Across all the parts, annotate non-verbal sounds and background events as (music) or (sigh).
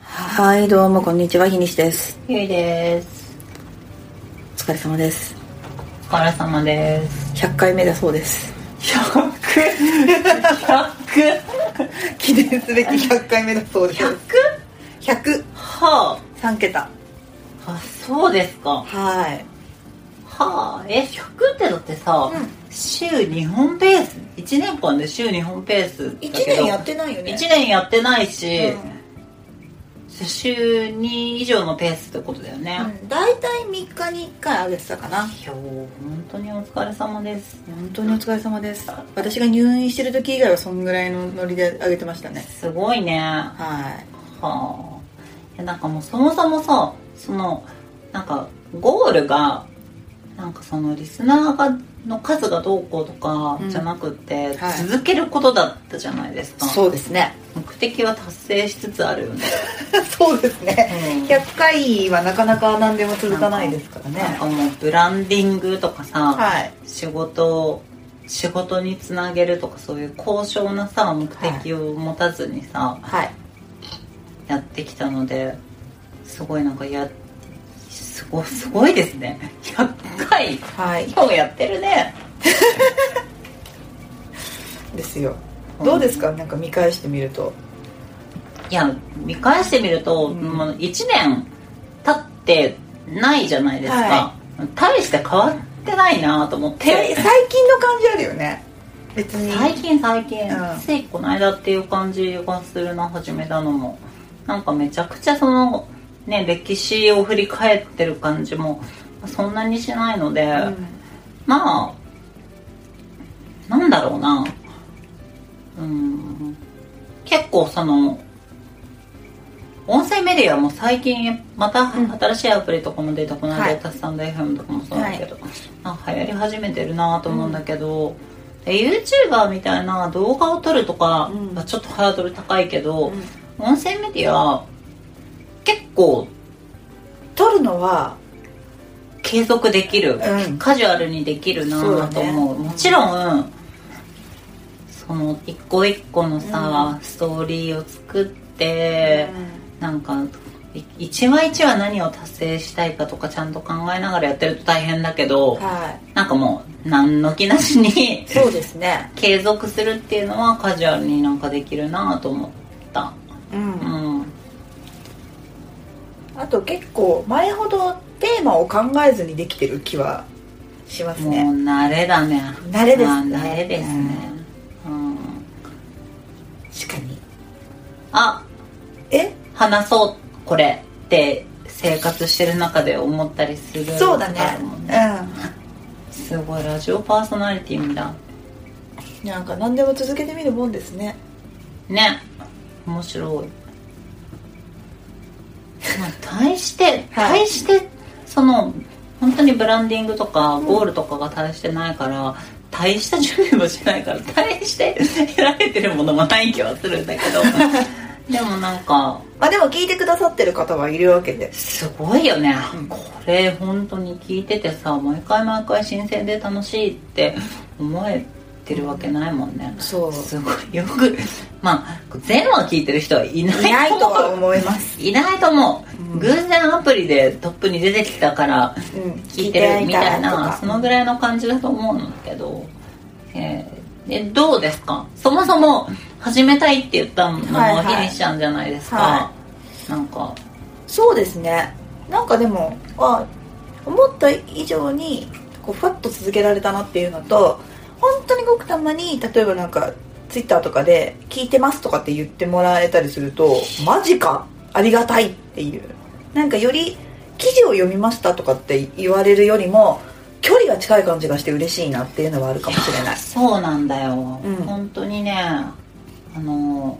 はいどうもこんにちはひにしですゆいです。お疲れ様ですお疲れ様です。 100回目だそうです百百記念すべき100回目だそうです百100は3桁あ。あ、そうですか。はいはあ。え、百ってだってさ、うん週二本ペース。一年間で週二本ペースだけど。 1年やってないよね一年やってないし、うん週二以上のペースってことだよね。うん大体3日に1回あげてたかないや本当にお疲れ様です。本当にお疲れ様です私が入院してる時以外はそんぐらいのノリであげてましたねすごいね。ははあいやなんかもうそもそもさそのなんかゴールがなんかそのリスナーがの数がどうこうとかうんじゃなくて、はい続けることだったじゃないですいかうですね目的は達成しつつあるよね、 (laughs) そうですねうん100回はなかなか何でも続かないですからねなんかもうブランディングとかさ、はい仕事仕事につなげるとかそういう高尚なさ目的を持たずにさ、はいやってきたのですごいなんかやすごすごいですね100回はい今日やってるねですようんどうですかなんか見返してみるといや見返してみると、うんもう1年経ってないじゃないですか、は大して変わってないなと思っさい (laughs) て最近の感じあるよね別に最近最近、うんついこの間っていう感じがするな始めたのもなんかめちゃくちゃそのね歴史を振り返ってる感じもそんなにしないので、うんまあなんだろうなうん結構その音声メディアも最近またうん新しいアプリとかも出てこないはで、いタスタンド FM とかもそうだけど、なんか流行り始めてるなと思うんだけど、で YouTuber みたいな動画を撮るとかうんはちょっとハードル高いけど、うん音声メディア結構撮るのは継続できる、うんカジュアルにできるなそうだぁねと思うもちろんその一個一個のさ、ストーリーを作って、なんかい一話一話何を達成したいかとかちゃんと考えながらやってると大変だけど、はなんかもう何の気なしに (laughs) いそうですね継続するっていうのはカジュアルになんかできるなぁと思ったううんんあと結構前ほどテーマを考えずにできてる気はしますもうね慣れだね慣れですねあ慣れですね、うん、確かにあえ話そうこれって生活してる中で思ったりするそうだねあるもんすごいラジオパーソナリティみたうんなんか何でも続けてみるもんですねいね面白いまあ大してはい大してその本当にブランディングとかゴールとかが大してないから、大した準備もしないから大して得られてるものもない気はするんだけ (laughs) どでもなんかまあでも聞いてくださってる方はいるわけですごいよね、うんこれ本当に聞いててさ毎回毎回新鮮で楽しいって思えてるわけないもんね、そうすごいよくまあ全話聞いてる人はいないいとないとは思思いますういないと思う、うん偶然アプリでトップに出てきたからうん聞いてるみたいなそのぐらいらいの感じだと思うんだけど、えーでどうですかそもそも始めたいって言ったのはいはもいひにしちゃんじゃないですか、はなんかそうですねなんかでもあ思った以上にこうファッと続けられたなっていうのと本当にごくたまに例えばなんかツイッターとかで「聞いてます」とかって言ってもらえたりすると「マジかありがたい」っていうなんかより記事を読みましたとかって言われるよりも距離が近い感じがして嬉しいなっていうのはあるかもしれないそうなんだよ、うん本当にねあの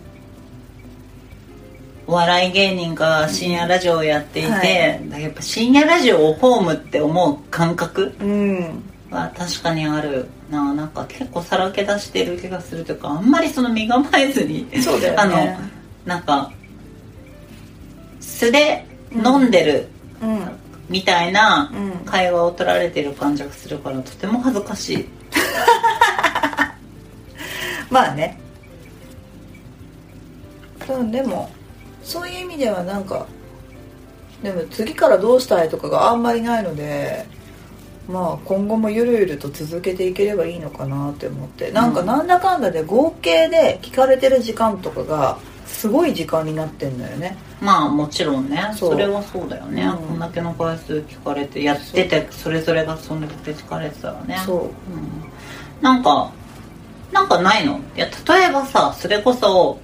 お笑い芸人が深夜ラジオをやっていて、はいやっぱ深夜ラジオをホームって思う感覚うんは確かにあるななんか結構さらけ出してる気がするというかあんまりその身構えずにそうだあよねのなんか素で飲んでるうんみたいなうん会話を取られてる感じがするからとても恥ずかしいまあねうんでもそういう意味ではなんかでも次からどうしたいとかがあんまりないのでまあ今後もゆるゆると続けていければいいのかなって思ってなんかなんだかんだで合計で聞かれてる時間とかがすごい時間になってんだよねまあもちろんねそうそれはそうだよね、うんこんだけの回数聞かれてやっててそれぞれがそんだけ聞かれてたらねそううん、なんかなんかないのいや例えばさそれこそ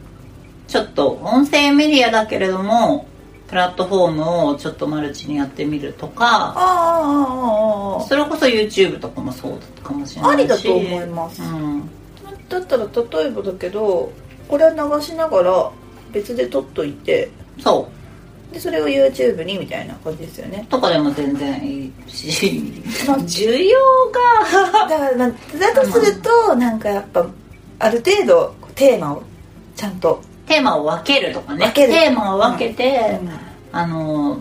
ちょっと音声メディアだけれどもプラットフォームをちょっとマルチにやってみるとあかあああああそれこそ YouTube とかもそうだったかもしれあないしありだと思いますうん、だったら例えばだけどこれは流しながら別で撮っといてそでそれを YouTube にみたいな感じですよねうとかでも全然いいしまあ需要がだから、まあ、だとするとなんかやっぱある程度こうテーマをちゃんと、テーマを分けるとかね分けるテーマを分けて、うんあの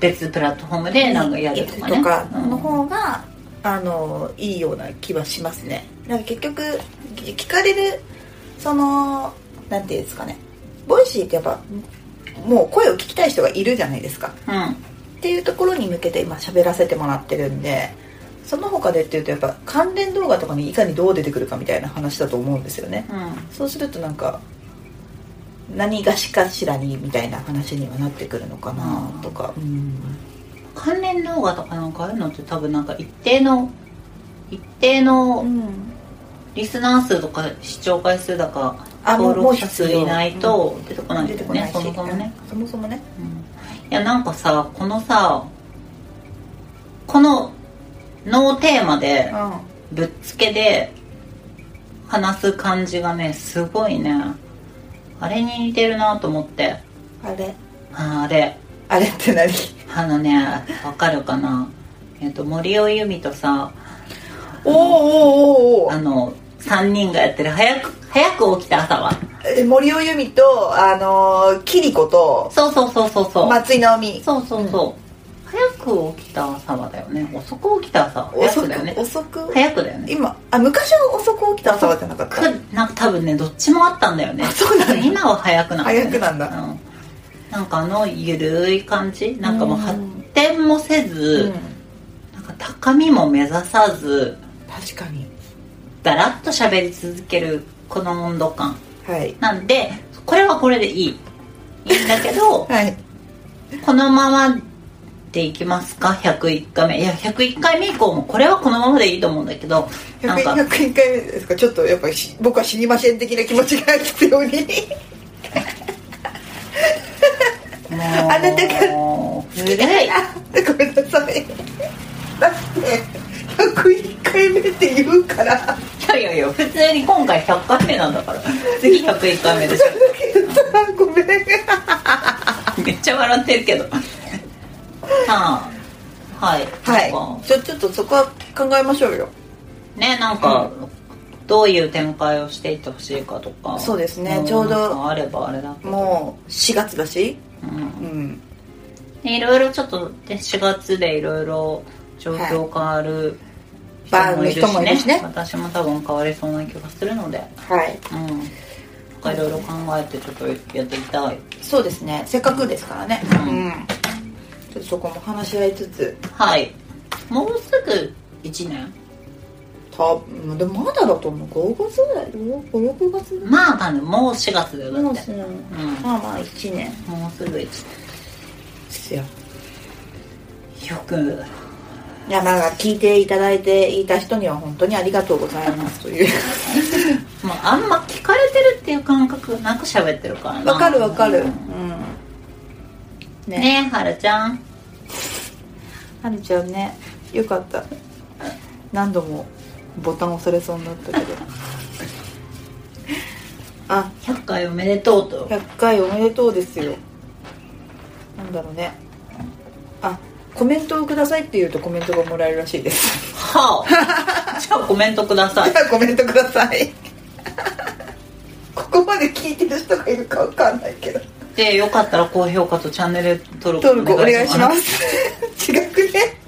別プラットフォームでなんかやるとかねうんの方が、あのいいような気はしますねなんか結局き聞かれるそのなんていうんですかねボイシーってやっぱもう声を聞きたい人がいるじゃないですかうんっていうところに向けて今喋らせてもらってるんでその他でっていうとやっぱ関連動画とかにいかにどう出てくるかみたいな話だと思うんですよねうそうするとなんか何がしかしらにみたいな話にはなってくるのかなとか、ん、関連動画とかなんかああいうのって多分なんか一定の一定のリスナー数とか視聴回数だかあもう登録者数いないと出てこないん出だてよこなねいしそもそもね、そもそもねうんいやなんかさこのさこのノーテーマでうぶっつけで話す感じがねすごいねあれに似てるなと思ってんあれああれあれって何 (laughs) あのねわかるかなえっと森尾由美とさおーおーおーおあの3人がやってる早く早く起きた朝はー森尾由美とあのーキリコとそうそうそうそうそう、松井直美そうそうそう、早く起きた朝はだよね遅く起きた朝は早遅くだよくね遅く早くだよね今あ昔は遅く起きた朝じゃなかっくたなんか多分ねどっちもあったんだよねあそうなんだ今は早くなんだよね早くなんだうん、なんかあのゆるい感じなんかもううん発展もせうんず、なんか高みも目指さず確かにだらっと喋り続けるこの温度感はいなんでこれはこれでいいいいんだけ (laughs) どはいこのままでいきますか101回目いや101回目以降もこれはこのままでいいと思うんだけどなん 100, か101回目ですかちょっとやっぱりし僕は死にません的な気持ちが必要にもうあなたが古 (laughs) い (laughs) ごめんなさいだって101回目って言うからだいやいやいや普通に今回100回目なんだから次101回目でし (laughs) けどさごめんょめっちゃ笑ってるけどはあはいなんはいかちょちょっとそこは考えましょうよねなんか、どういう展開をしていってほしいかとかそうですねんちょうどなんかあればあれだけどもう4月だしうんうんでいろいろちょっとで4月でいろいろ状況変わるはい人もいるしね私も多分変わりそうな気がするのではいうんなんかいろいろ考えてちょっとやっていきたいそうですねせっかくですからねううんんちょっとそこも話し合いつつはいもうすぐ1年たでもまだだと思う5月ぐらい56月ぐらまあだねもう4月だよいだもうっすてぐうんまあまあ1年もうすぐ1ですよ年よくいやまあ聞いていただいていた人には本当にありがとうございますというまああんま聞かれてるっていう感覚なく喋ってるから (laughs) なわかるわかるううんんねねえはるちゃんはるちゃんねよかった何度もボタン押されそうになった (laughs) けどあ100回おめでとうと100回おめでとうですよなんだろうねあコメントをくださいって言うとコメントがもらえるらしいです (laughs) はあじゃあコメントくださいじゃあコメントください (laughs) ここまで聞いてる人がいるかわかんないけどでよかったら高評価とチャンネル登録登録お願いします (laughs) 違くね